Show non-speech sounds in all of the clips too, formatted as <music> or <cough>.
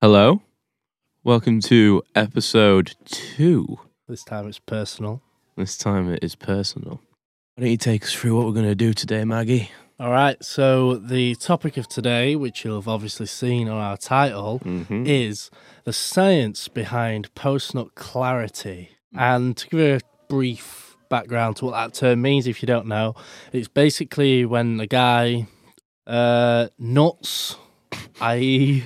Hello. Welcome to episode two. This time it's personal. This time it is personal. Why don't you take us through what we're going to do today, Maggie? All right, so the topic of today, which you'll have obviously seen on our title, Mm-hmm. is the science behind post nut clarity. And to give a brief background to what that term means, if you don't know, it's basically when a guy uh, nuts, i.e.,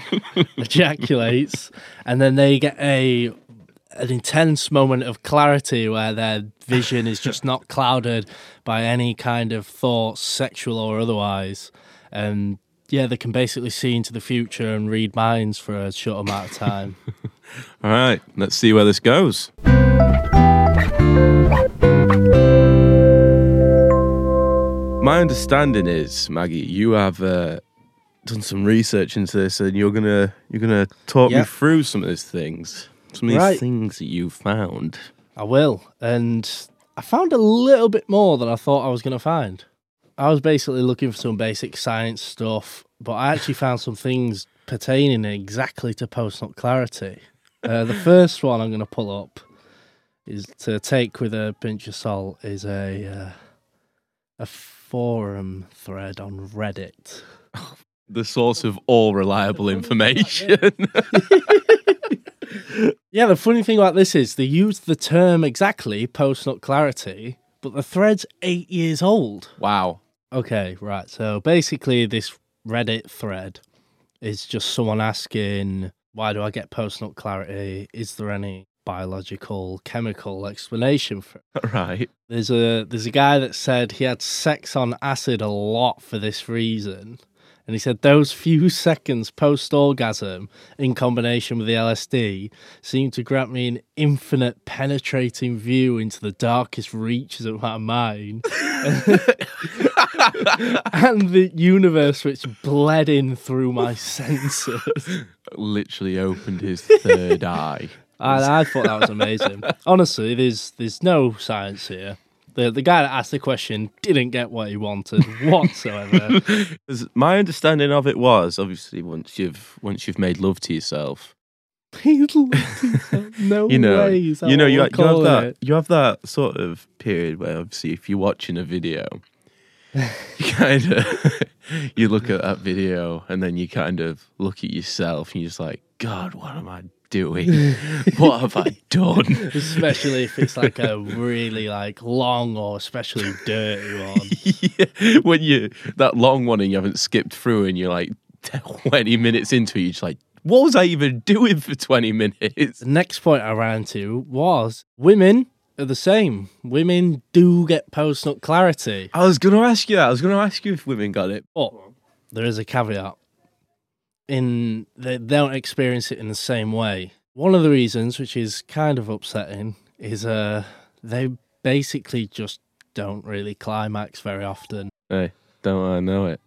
ejaculates, and then they get a an intense moment of clarity where their vision is just not clouded by any kind of thoughts, sexual or otherwise. And yeah, they can basically see into the future and read minds for a short amount of time. All right, let's see where this goes. My understanding is, Maggie, you have uh, done some research into this, and you're gonna you're gonna talk me Yeah. through some of these things, some of these Right. things that you found. I will. And I found a little bit more than I thought I was going to find. I was basically looking for some basic science stuff, but I actually found some things pertaining exactly to post nut clarity. Uh, the first one I'm going to pull up is to take with a pinch of salt is a uh, a forum thread on Reddit. The source of all reliable information. <laughs> Yeah, the funny thing about this is they used the term exactly post nut clarity, but the thread's eight years old. wow. Okay, right. So basically, this Reddit thread is just someone asking, why do I get post nut clarity? Is there any biological, chemical explanation for it? <laughs> Right. There's a, there's a guy that said he had sex on acid a lot for this reason. And he said those few <laughs> seconds post orgasm in combination with the LSD seemed to grant me an infinite penetrating view into the darkest reaches of my mind <laughs> and the universe which bled in through my <laughs> senses. Literally opened <laughs> his third eye. And I thought that was amazing. <laughs> Honestly, there's there's no science here. The the guy that asked the question didn't get what he wanted <laughs> whatsoever. 'Cause Uh, my understanding of it was obviously once you've once you've made love to yourself, He's like, no <laughs> you know, way. is that you know, what you, ha- you we're have calling that it? you have that sort of period where obviously if you're watching a video, you kind of <laughs> you look at that video and then you kind of look at yourself and you're just like, God, what am I <laughs> doing? what have I done? Especially if it's like a really like long or especially dirty one. Yeah, <laughs> when you that long one and you haven't skipped through and you're like <laughs> 20 minutes into it, you're just like, what was I even <laughs> doing for 20 minutes? The next point I ran to was women are the same. Women do get post nut clarity. I was going to ask you that. I was going to ask you if women got it. But there is a caveat. In they don't experience it in the same way. One of the reasons, which is kind of upsetting, is uh they basically just don't really climax very often. Hey, don't I know it?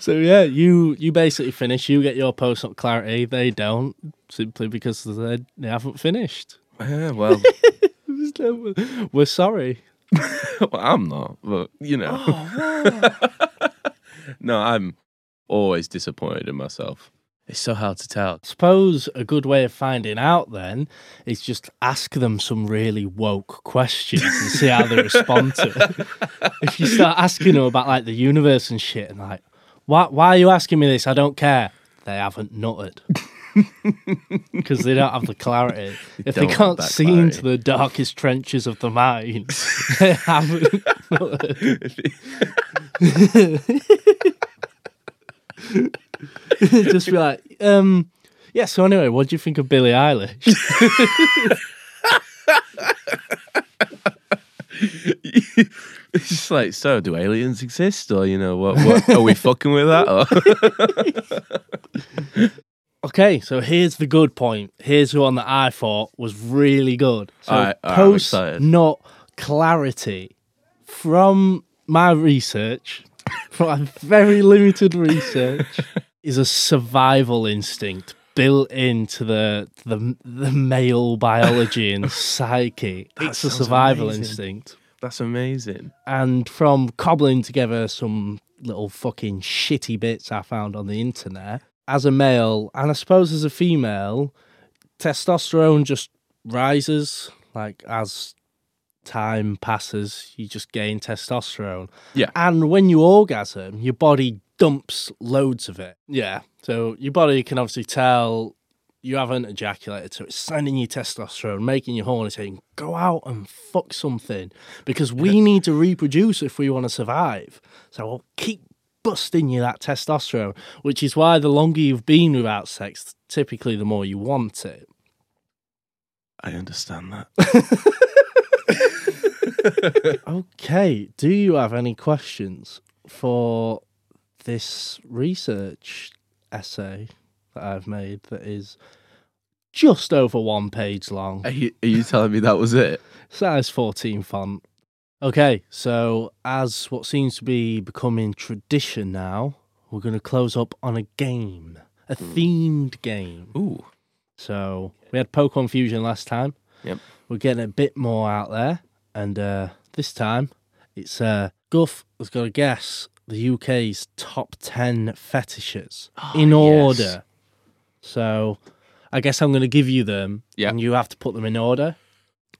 So yeah, you you basically finish. You get your post up clarity. They don't simply because they they haven't finished. <laughs> <laughs> Yeah, well, <laughs> There's no- We're sorry. I'm not, but you know. <laughs> no, I'm always disappointed in myself. It's so hard to <laughs> tell. Suppose a good way of finding out then is just ask them some really woke questions and see how they respond to it. <laughs> If you start asking them about like the universe and shit and like, why, why are you asking me this? I don't care. They haven't nutted. <laughs> Because they don't have the clarity. If don't they have can't that see into the darkest trenches of the mind, <laughs> they haven't <laughs> nutted. just be like, um, yeah, so anyway, what do you think of Billie Eilish? it's just like, so do aliens exist, or you know, what? <laughs> what are we fucking with that? Or? <laughs> Okay, so here's the good point. Here's the one that I thought was really good. So All right, all right, I'm post excited. not clarity from my research, <laughs> from my very <laughs> limited research, is a survival instinct built into the <laughs> the, the male biology and psyche. it's a sounds survival amazing. instinct. That's amazing. and from cobbling together some little fucking shitty bits I found on the internet, as a male, and I suppose as a female, testosterone just rises. Like as time passes, you just gain testosterone. Yeah. And when you orgasm, your body dumps loads of it. Yeah. So your body can obviously tell you haven't ejaculated, so it's sending you testosterone, making you horny, saying, go out and fuck something because we need to reproduce if we want to survive. So I'll keep busting you that testosterone, which is why the longer you've been without sex, typically the more you want it. I understand that. Okay, do you have any questions for this research essay that I've made that is just over one page <laughs> long? Are you, are you telling me that was it? Size 14 font. Okay, so as what seems to be becoming tradition now, we're going to close up on a game, a themed game. Ooh. So we had Pokemon Fusion last time. Yep. We're getting a bit more out there. And uh, this time it's uh, Guff has got to guess the UK's top 10 fetishes Ah, in Ah, yes. order. So I guess I'm going to give you them Yep. and you have to put them in order.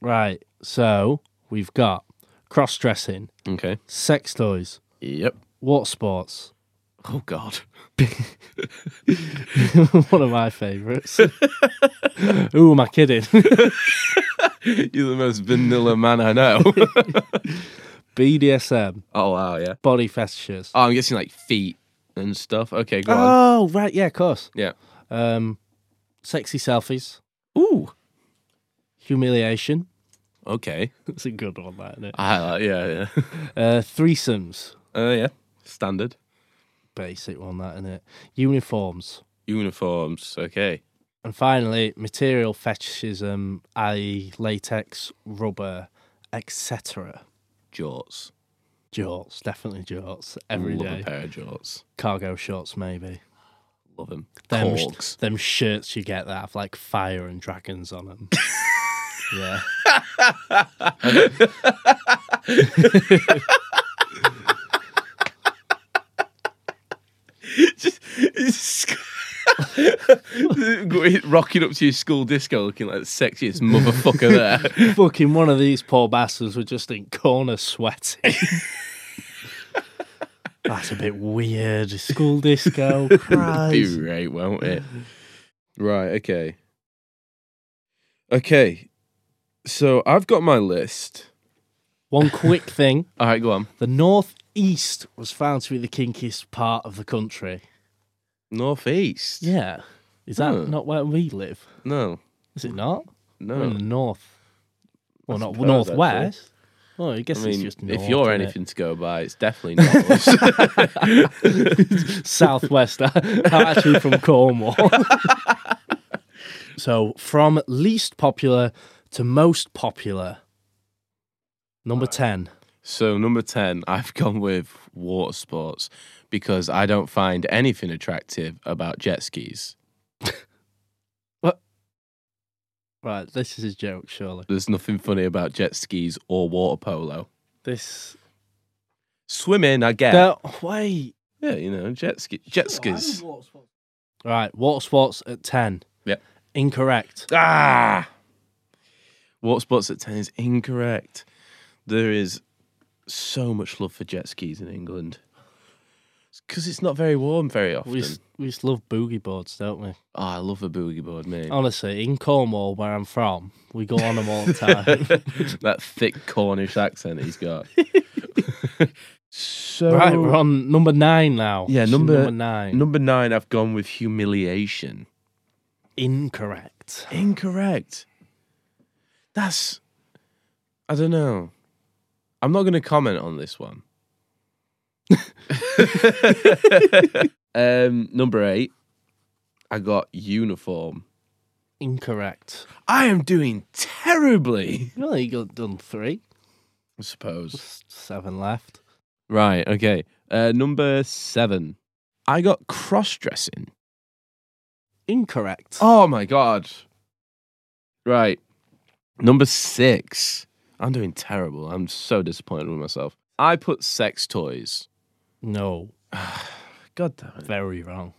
Right. So we've got cross dressing, Okay. sex toys, Yep. water sports. <laughs> Oh God. <laughs> One of <laughs> my favourites. Who am I kidding? <laughs> You're the most vanilla man I know. BDSM, <laughs> oh wow, yeah. body fetishes. Oh, I'm guessing like feet and stuff. Okay, go on. Oh, right, yeah, of course. Yeah. Um, sexy selfies, Ooh. humiliation. <laughs> Okay. That's a good one, that, isn't it? I Ah, like. Yeah, yeah. Uh, threesomes, <laughs> Uh, yeah. Standard basic one, that, isn't it? Uniforms. uniforms. Okay. And finally, material fetishism, i.e., latex, rubber, etc. Jorts. Jorts, definitely jorts, every Love day. a pair of jorts. Cargo shorts, maybe. Love them. Them, sh- Corks. them shirts you get that have like fire and dragons <laughs> on them. yeah. <laughs> Rocking up to your school disco looking like the sexiest motherfucker <laughs> there. Fucking one of these poor bastards were just in corner <laughs> sweating. That's a bit weird. School <laughs> disco. Be Oh, Christ. right, won't it? Right, okay. Okay. So I've got my list. One quick thing All right, go on. the northeast was found to be the kinkiest part of the country. Northeast. Yeah. Is that Huh. not where we live? No, Is it not? We're in no. the north. Well, I not suppose, northwest. Well, I guess I it's mean, just north. if you're innit? anything to go by, it's definitely not us. <laughs> <laughs> southwest. <laughs> I'm actually from Cornwall. so from least popular to most popular. Number ten. So number ten, <laughs> I've gone with water sports because I don't find anything attractive about jet skis. Right, this is a joke, surely. There's nothing funny about jet skis or water polo. This. Swimming, I get. Don't- wait. yeah, you know, jet ski, jet skis. Right, water sports at ten. Yep. Incorrect. Ah, water sports at ten is incorrect. There is so much love for jet skis in England because it's not very warm very often. We just, we just love boogie boards, don't we? Oh, I love a boogie board, mate. Honestly, in Cornwall, where I'm from, we go on them <laughs> all the time. that thick Cornish accent he's got. <laughs> so right, we're on number nine now. Yeah, This is number- number nine. number nine, I've gone with humiliation. Incorrect. Incorrect. That's I don't know. I'm not going to comment on this one. <laughs> um, number eight, I got uniform. Incorrect. I am doing terribly. You only got done three. I suppose. Seven left. Right. Okay. Uh, number seven. I got cross dressing. Incorrect. Oh my god. Right. Number six. I'm doing terrible. I'm so disappointed with myself. I put sex toys. No, God damn it. very wrong.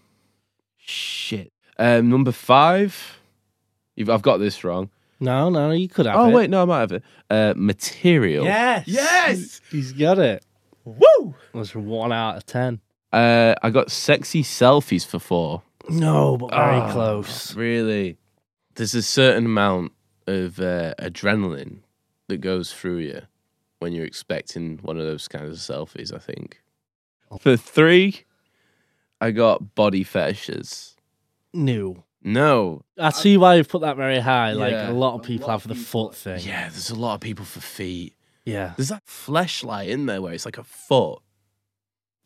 Shit. Um, number five. If I've got this wrong. No, no, you could have oh it. wait, no, I might have it. Uh, material. Yes. Yes! He's got it. Woo. That's one out of ten. Uh, I got sexy selfies for four. No, but very Ah, close. Really, there's a certain amount of uh, adrenaline that goes through you when you're expecting one of those kinds of selfies. I think. For three, I got body fetishes. New. No, I see why you've put that very high. Like Uh, Yeah. a lot of people have the foot thing. yeah, there's a lot of people for feet. Yeah. There's that fleshlight in there where it's like a foot.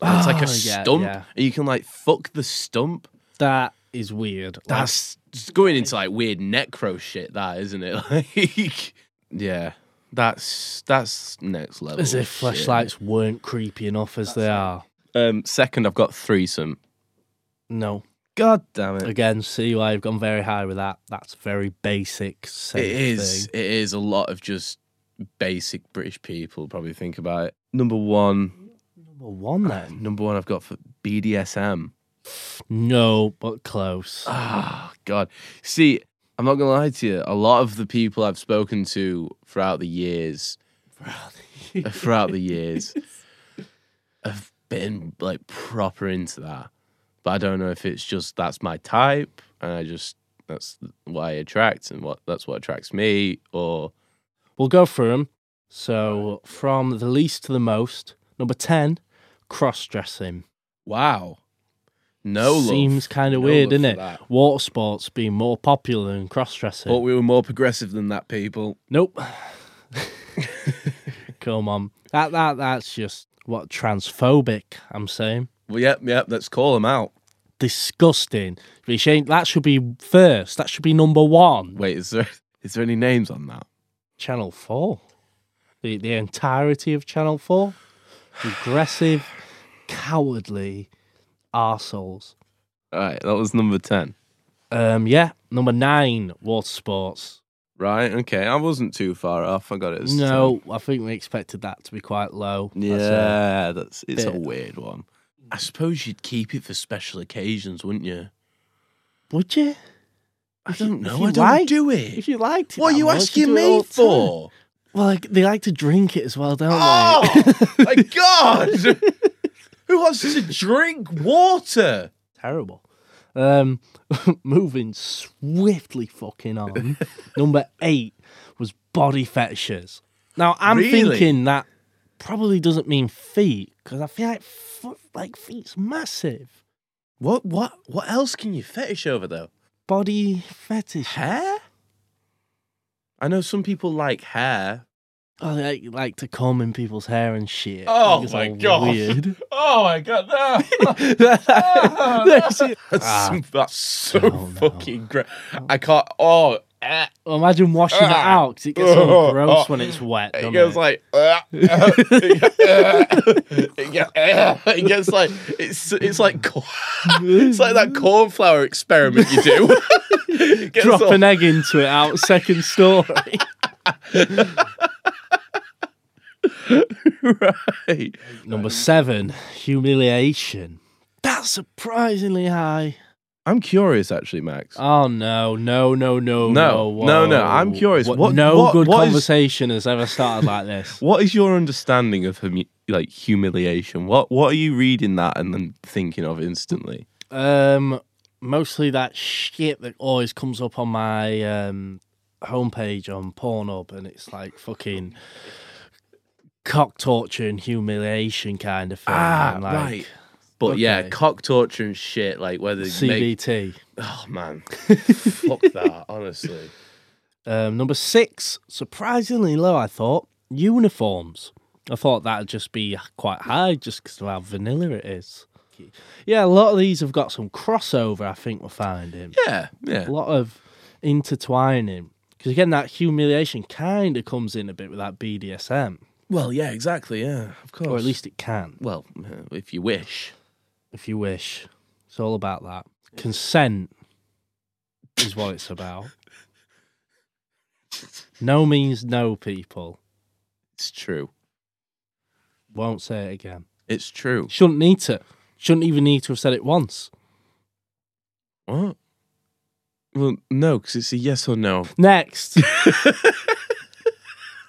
And it's like a Oh, yeah, stump, yeah. and you can like fuck the stump. That is weird. Like, That's it's going into like weird necro shit, that isn't it? <laughs> Like, yeah, that's that's next level. as if Oh, shit. flashlights weren't creepy enough as they are. Um, second, I've got threesome. No. God damn it! Again, see why you've gone very high with that. That's very basic. Safe It is. Thing. It is a lot of just basic British people probably think about it. Number one, Number one then. number one, I've got for BDSM. No, but <laughs> close. Ah, God. See, I'm not gonna lie to you. A lot of the people I've spoken to throughout the years, <laughs> throughout the years, have been like proper into that. But I don't know if it's just that's my type, and I just that's what I attract, and what that's what attracts me, or <laughs> We'll go through them. So from the least to the most. Number ten, cross dressing. wow, no love. seems kind No of weird, love doesn't for it? that. Water sports being more popular than cross dressing. Thought we were more progressive than that, people. <laughs> Nope. <laughs> Come on, that that that's just what transphobic. I'm saying Well, yep, yep. Let's call them out. disgusting. We should- That should be first. That should be number one. Wait, is there is there any names on that? Channel Four, the the entirety of Channel Four, aggressive, cowardly arseholes. All right, that was number ten. Um, yeah, number nine, water sports. Right. Okay. I wasn't too far off. I got it. as No, I think we expected that to be quite low. uh, ten. That's a- Yeah. That's it's a bit. weird one. I suppose you'd keep it for special occasions, wouldn't you? Would you? I don't know. you I don't like- do it. If you liked it. What are that you much, you'd asking do it all me the time. for? Well, like, they like to drink it as well, don't <laughs> Oh they? my god! Who wants to drink water? Terrible. Um, <laughs> moving swiftly <laughs> fucking on. Number eight was body fetishes. Now I'm Really? thinking that probably doesn't mean feet because I feel like foot, like feet's massive. What? What? What else can you fetish over though? Body fetish. Hair. I know some people like hair. Oh, they like, like to comb in people's hair and shit. Oh It's my all God. <laughs> Weird. <laughs> Oh my god! That's it. <laughs> That's, Ah. so- that's so Hell no. fucking gross. I can't. Oh, eh. Well, imagine washing it Ah. out because it gets all Oh, <laughs> gross oh. when it's wet. it doesn't goes it? like. Uh, <laughs> it gets, it gets- it gets like it's it's like cor- <laughs> it's like that cornflower experiment you do. <laughs> It gets drop all- <laughs> an egg into it out second story. right. Number seven, humiliation. That's surprisingly high. I'm curious, actually, Max. Oh no, no, no, no, No, no, no, no, whoa. I'm curious. What- no what- good what is- conversation has ever started <laughs> like this. what is your understanding of hum- like humiliation? What what are you reading that and then thinking of instantly? Um, mostly that shit that always comes up on my um homepage on Pornhub, and it's like fucking cock torture and humiliation kind of thing. Ah, Uh, and, like, But yeah, okay. cock torture and shit. Like whether you make CBT. Oh man, <laughs> fuck that. Honestly, Um, number six, surprisingly low, I thought. Uniforms. I thought that'd just be quite high just because of how vanilla it is. Yeah, a lot of these have got some crossover, I think we're finding. yeah, yeah. A lot of intertwining. Because again, that humiliation kind of comes in a bit with that BDSM, Well, yeah, exactly. Yeah, of course. or at least it can, well, uh, if you wish. if you wish. It's all about that. Consent is what it's about. No means no, people. It's true. Won't say it again. It's true. Shouldn't need to. Shouldn't even need to have said it once. What? Well, no, because it's a yes or no. Next. <laughs>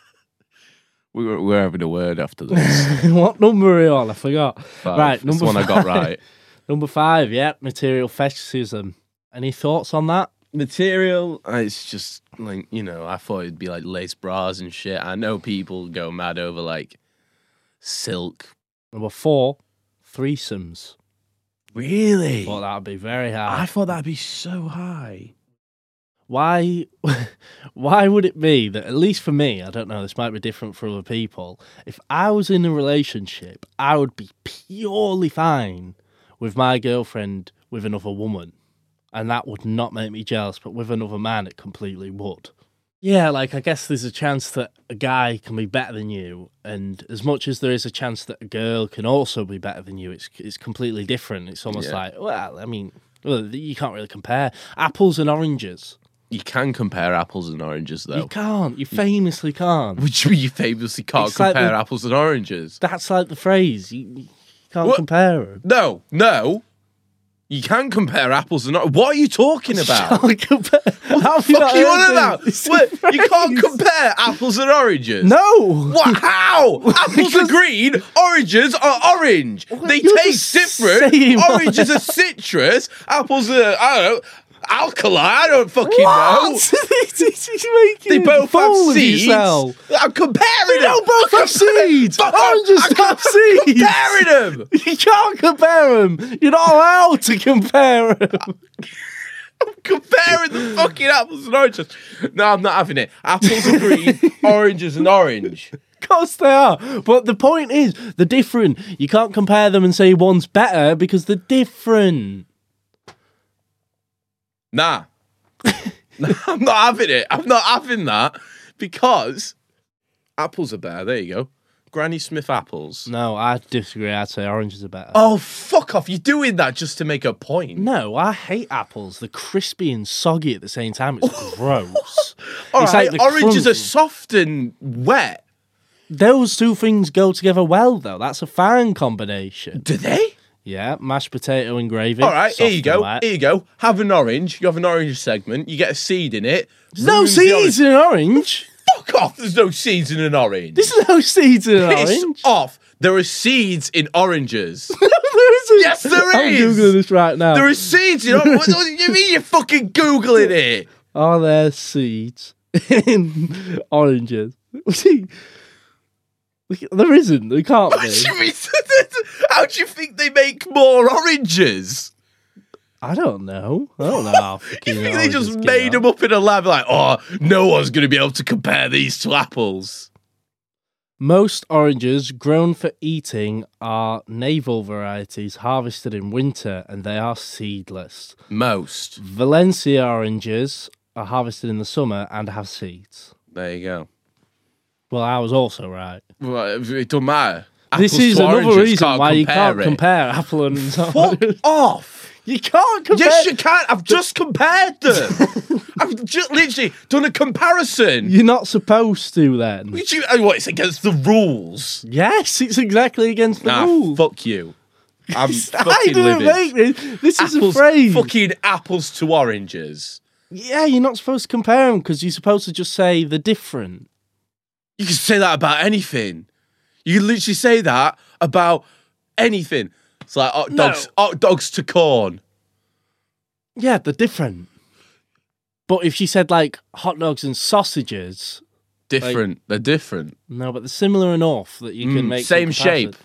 We were, we're having a word after this. <laughs> what number are you on? I forgot. Five. Right, That's number the one I got five. right. Number five, yeah, material fetishism. Any thoughts on that? Material, uh, it's just like, you know, I thought it'd be like lace bras and shit. I know people go mad over like silk. Number four, threesomes. Really? Thought that would be very I hard. thought that'd be so high. Why <laughs> why would it be that at least for me, I don't know, this might be different for other people. If I was in a relationship, I would be purely fine with my girlfriend with another woman. And that would not make me jealous, but with another man it completely would. Yeah, like I guess there's a chance that a guy can be better than you, and as much as there is a chance that a girl can also be better than you, it's it's completely different. It's almost Yeah. like well, I mean, well, you can't really compare apples and oranges. You can compare apples and oranges You though. <laughs> can't. You famously can't. Which you famously can't It's like compare the- apples and oranges. That's like the phrase. You, you can't What? compare them. No, no. You can compare apples and oranges. What are you <laughs> talking about? Can't compare. How have Fuck not you heard on this? about? It's a <laughs> Wait, you can't phrase. compare apples and oranges. No. What? How? Apples are <laughs> Because- green, oranges are orange. they you're taste just different. saying what- Oranges are citrus. Apples are, I don't know, alkali. I don't fucking <laughs> know. What? They both fool have of seeds. yourself. I'm comparing They them. don't both have seeds. Fuck off. Oranges I'm don't have seeds. Comparing them. You can't compare them. You're not allowed to compare them. Comparing the fucking apples and oranges. No, I'm not having it. Apples are <laughs> green, oranges and orange. Of course they are. But the point is, they're different. You can't compare them and say one's better because they're different. Nah. <laughs> I'm not having it. I'm not having that because apples are better. There you go. Granny Smith apples. No, I disagree. I'd say oranges are better. Oh, fuck off. You're doing that just to make a point. No, I hate apples. They're crispy and soggy at the same time. <laughs> It's gross. All It's right, like the oranges are crunch. soft and wet. Those two things go together well, though. That's a fine combination. Do they? Yeah, mashed potato and gravy. All right, here soft you and go. wet. Here you go. Have an orange. You have an orange segment. You get a seed in it. no Ruins the seeds in an orange. orange. Fuck off. There's no seeds in an orange. There's no seeds in an Piss orange. off. There are seeds in oranges. <laughs> there isn't. Yes, there I'm is. googling this right now. there are seeds in oranges. What, what do you mean you're fucking Googling <laughs> it? Are there seeds <laughs> in oranges? <laughs> See, there isn't. There can't What be. do you mean? <laughs> How do you think they make more oranges? I don't know. <laughs> I don't know. How You fucking think they just oranges get made out. them up in a lab? Like, oh, no one's going to be able to compare these to apples. Most oranges grown for eating are navel varieties harvested in winter and they are seedless. Most. Valencia oranges are harvested in the summer and have seeds. There you go. Well, I was also right. Well, it it don't matter. this Apples is to another oranges, reason can't why you compare can't it. compare apple and Fuck off. <laughs> You can't compare. Yes, you can. I've just compared them. <laughs> I've just literally done a comparison. You're not supposed to then. Would you- oh, what, it's against the rules. Yes, it's exactly against the Nah, rules. fuck you. I'm fucking <laughs> I didn't livid. make this. This apples, is a phrase. fucking apples to oranges. Yeah, you're not supposed to compare them because you're supposed to just say they're different. You can say that about anything. You can literally say that about anything. It's like hot No. dogs, hot dogs to corn. Yeah, they're different. But if she said like hot dogs and sausages, Different. They're different. no, but they're similar enough that you can Mm, make same comparison. shape.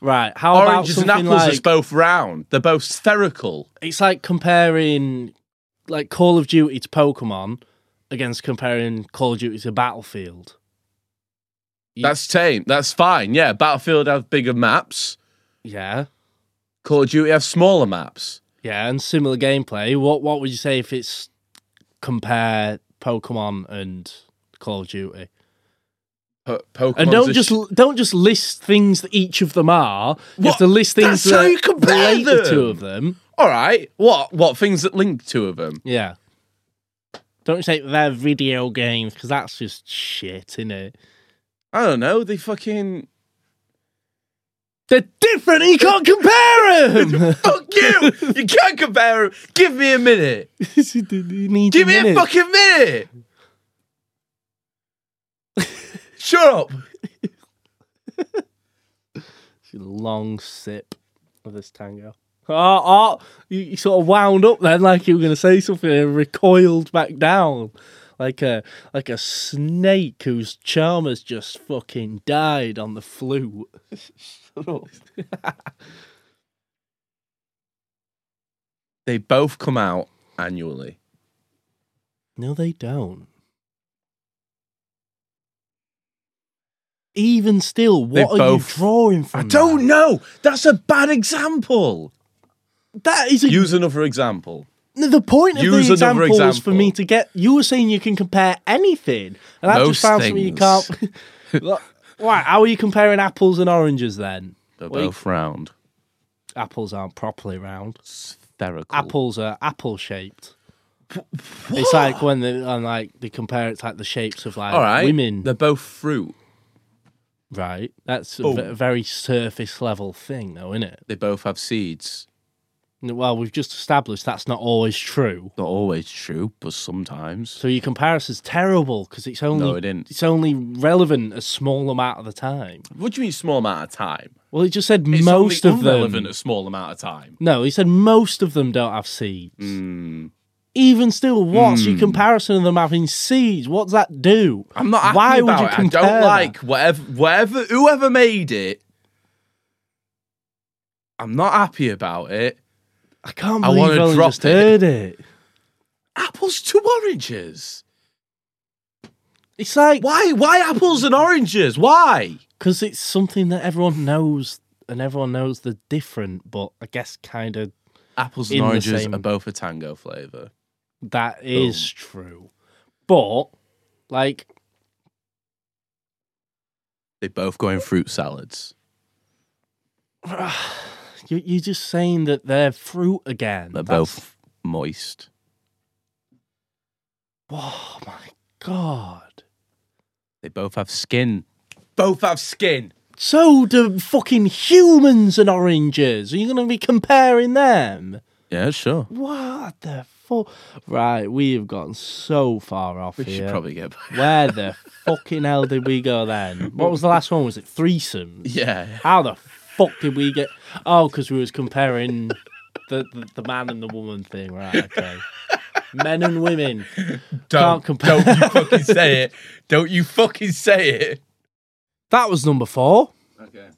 Right? How Oranges about and something apples like are both round. They're both spherical. it's like comparing like Call of Duty to Pokemon against comparing Call of Duty to Battlefield. That's tame. That's fine. Yeah, Battlefield have bigger maps. Yeah, Call of Duty have smaller maps. yeah, and similar gameplay. What what would you say if it's compare Pokemon and Call of Duty? Po- Pokemon. And don't just don't just list things that each of them are. You have What? to list things That's how that you compare relate the them. two of them. all right. What? What things that link two of them? Yeah. Don't say they're video games because that's just shit, isn't it? I don't know. They fucking They're different. and You can't <laughs> compare <laughs> them. <laughs> fuck you. You can't compare 'em. Give me a minute. Give Give me a fucking <laughs> minute. Shut up. long sip of this tango. Oh, oh, you, you sort of wound up then, like you were going to say something, and recoiled back down, like a like a snake whose charm has just fucking died on the flute. They both come out annually. No, they don't. Even still, what They are both- you drawing from? I don't that? know. That's a bad example. That is a Use another example. No, the point of Use the another example was for example. me to get. You were saying you can compare anything, and I Most just found something you things. can't. <laughs> Look, Why? How are you comparing apples and oranges then? They're Well, you- both round. Apples aren't properly round. Spherical. Apples are apple shaped. It's like when they and like they compare it's like the shapes of like All right. women, They're both fruit. right? That's a Oh. ve- very surface level thing, though, isn't it? They both have seeds. Well, we've just established that's not always true. Not always true, but sometimes. So your comparison's terrible because it's only No, it didn't. it's only relevant a small amount of the time. What do you mean small amount of time? Well, he just said It's most only of irrelevant them. a small amount of time. No, he said most of them don't have seeds. Mm. Hmm. Even still, what's your comparison of them having seeds? What's that do? I'm not happy Why about would you it. I compare? don't that? like whatever, whatever, whoever made it. I'm not happy about it. I can't I believe wanna I only drop just it. heard it. Apples to oranges. It's like Why? Why apples and oranges? Why? because it's something that everyone knows, and everyone knows they're different. But I guess kind of Apples In and the oranges same- are both a tango flavour. that is true. But like, <sighs> They both go in fruit salads. you- you're just saying that they're fruit again. They're That's- both moist. Oh my god. They both have skin. Both have skin. So do fucking humans and oranges. Are you going to be comparing them? Yeah, sure. What the fuck? Right, we have gotten so far off We here. should probably get back. Where the fucking hell did we go then? What was the last one? Was it threesomes? <laughs> Yeah. How the fuck did we get? Oh, because we was comparing the, the the man and the woman thing, right? Okay. Men and women. Can't compare. Don't you fucking say it. Don't you fucking say it. That was number four. Okay.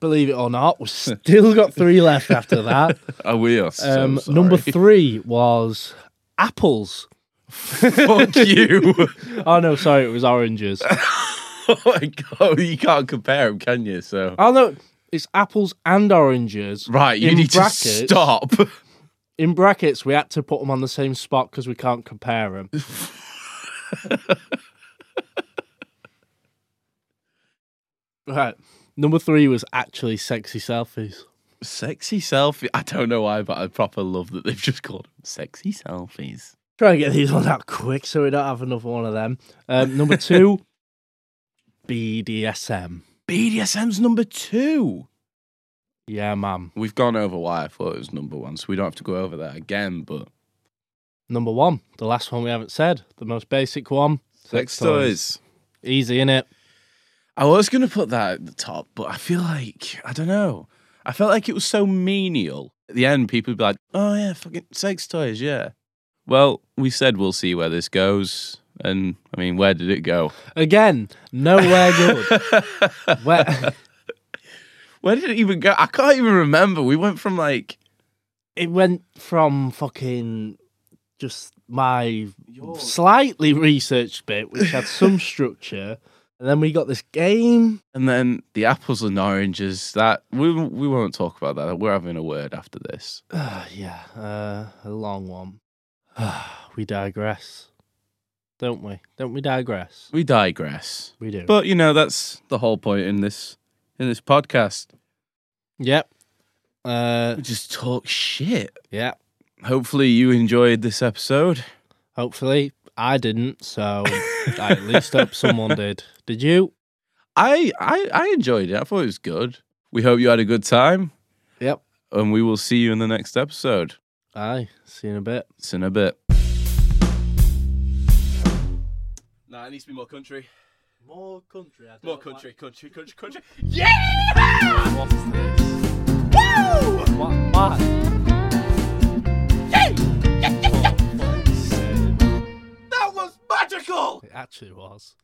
Believe it or not, we still got three left after that. Are we are <laughs> so Um, sorry. number three was apples. <laughs> <laughs> Fuck you. <laughs> Oh no, sorry, it was oranges. oh my god, you can't compare them, can you? So oh no, it's apples and oranges. right, you In need brackets. to stop. <laughs> In brackets, we had to put them on the same spot because we can't <laughs> compare them. right, number three was actually sexy selfies. Sexy selfie. I don't know why, but I proper love that they've just called them sexy selfies. Try and get these ones out quick so we don't have another one of them. Um, number <laughs> two, BDSM. BDSM's number two. Yeah, ma'am. We've gone over why I thought it was number one, so we don't have to go over that again. But Number one, the last one we haven't said, the most basic one. Easy, innit? I was going to put that at the top, but I feel like, I don't know. I felt like it was so menial. At the end, people would be like, oh, yeah, fucking sex toys, yeah. Well, we said we'll see where this goes. And I mean, where did it go? <laughs> Again, nowhere good. Where, Where did it even go? I can't even remember. We went from like, it went from fucking just my slightly researched bit, which had some structure, and then we got this game. and then the apples and oranges. That we we won't talk about that. We're having a word after this. Ah, yeah, uh, a long one. <sighs> we digress, don't we? Don't we digress? We digress. We do. But you know, that's the whole point in this in this podcast. yep. Uh, We just talk shit. yep. Hopefully, you enjoyed this episode. <laughs> Hopefully, I didn't. So I at least hope someone did. Did you? <laughs> I, I I enjoyed it. I thought it was good. We hope you had a good time. Yep. And we will see you in the next episode. Aye. See you in a bit. It's in a bit. Nah, it needs to be more country. More country. I More country, country, country, country. Yeah! What's this? Woo! What? What? Yeah! For fuck's sake. That was magical! It actually was.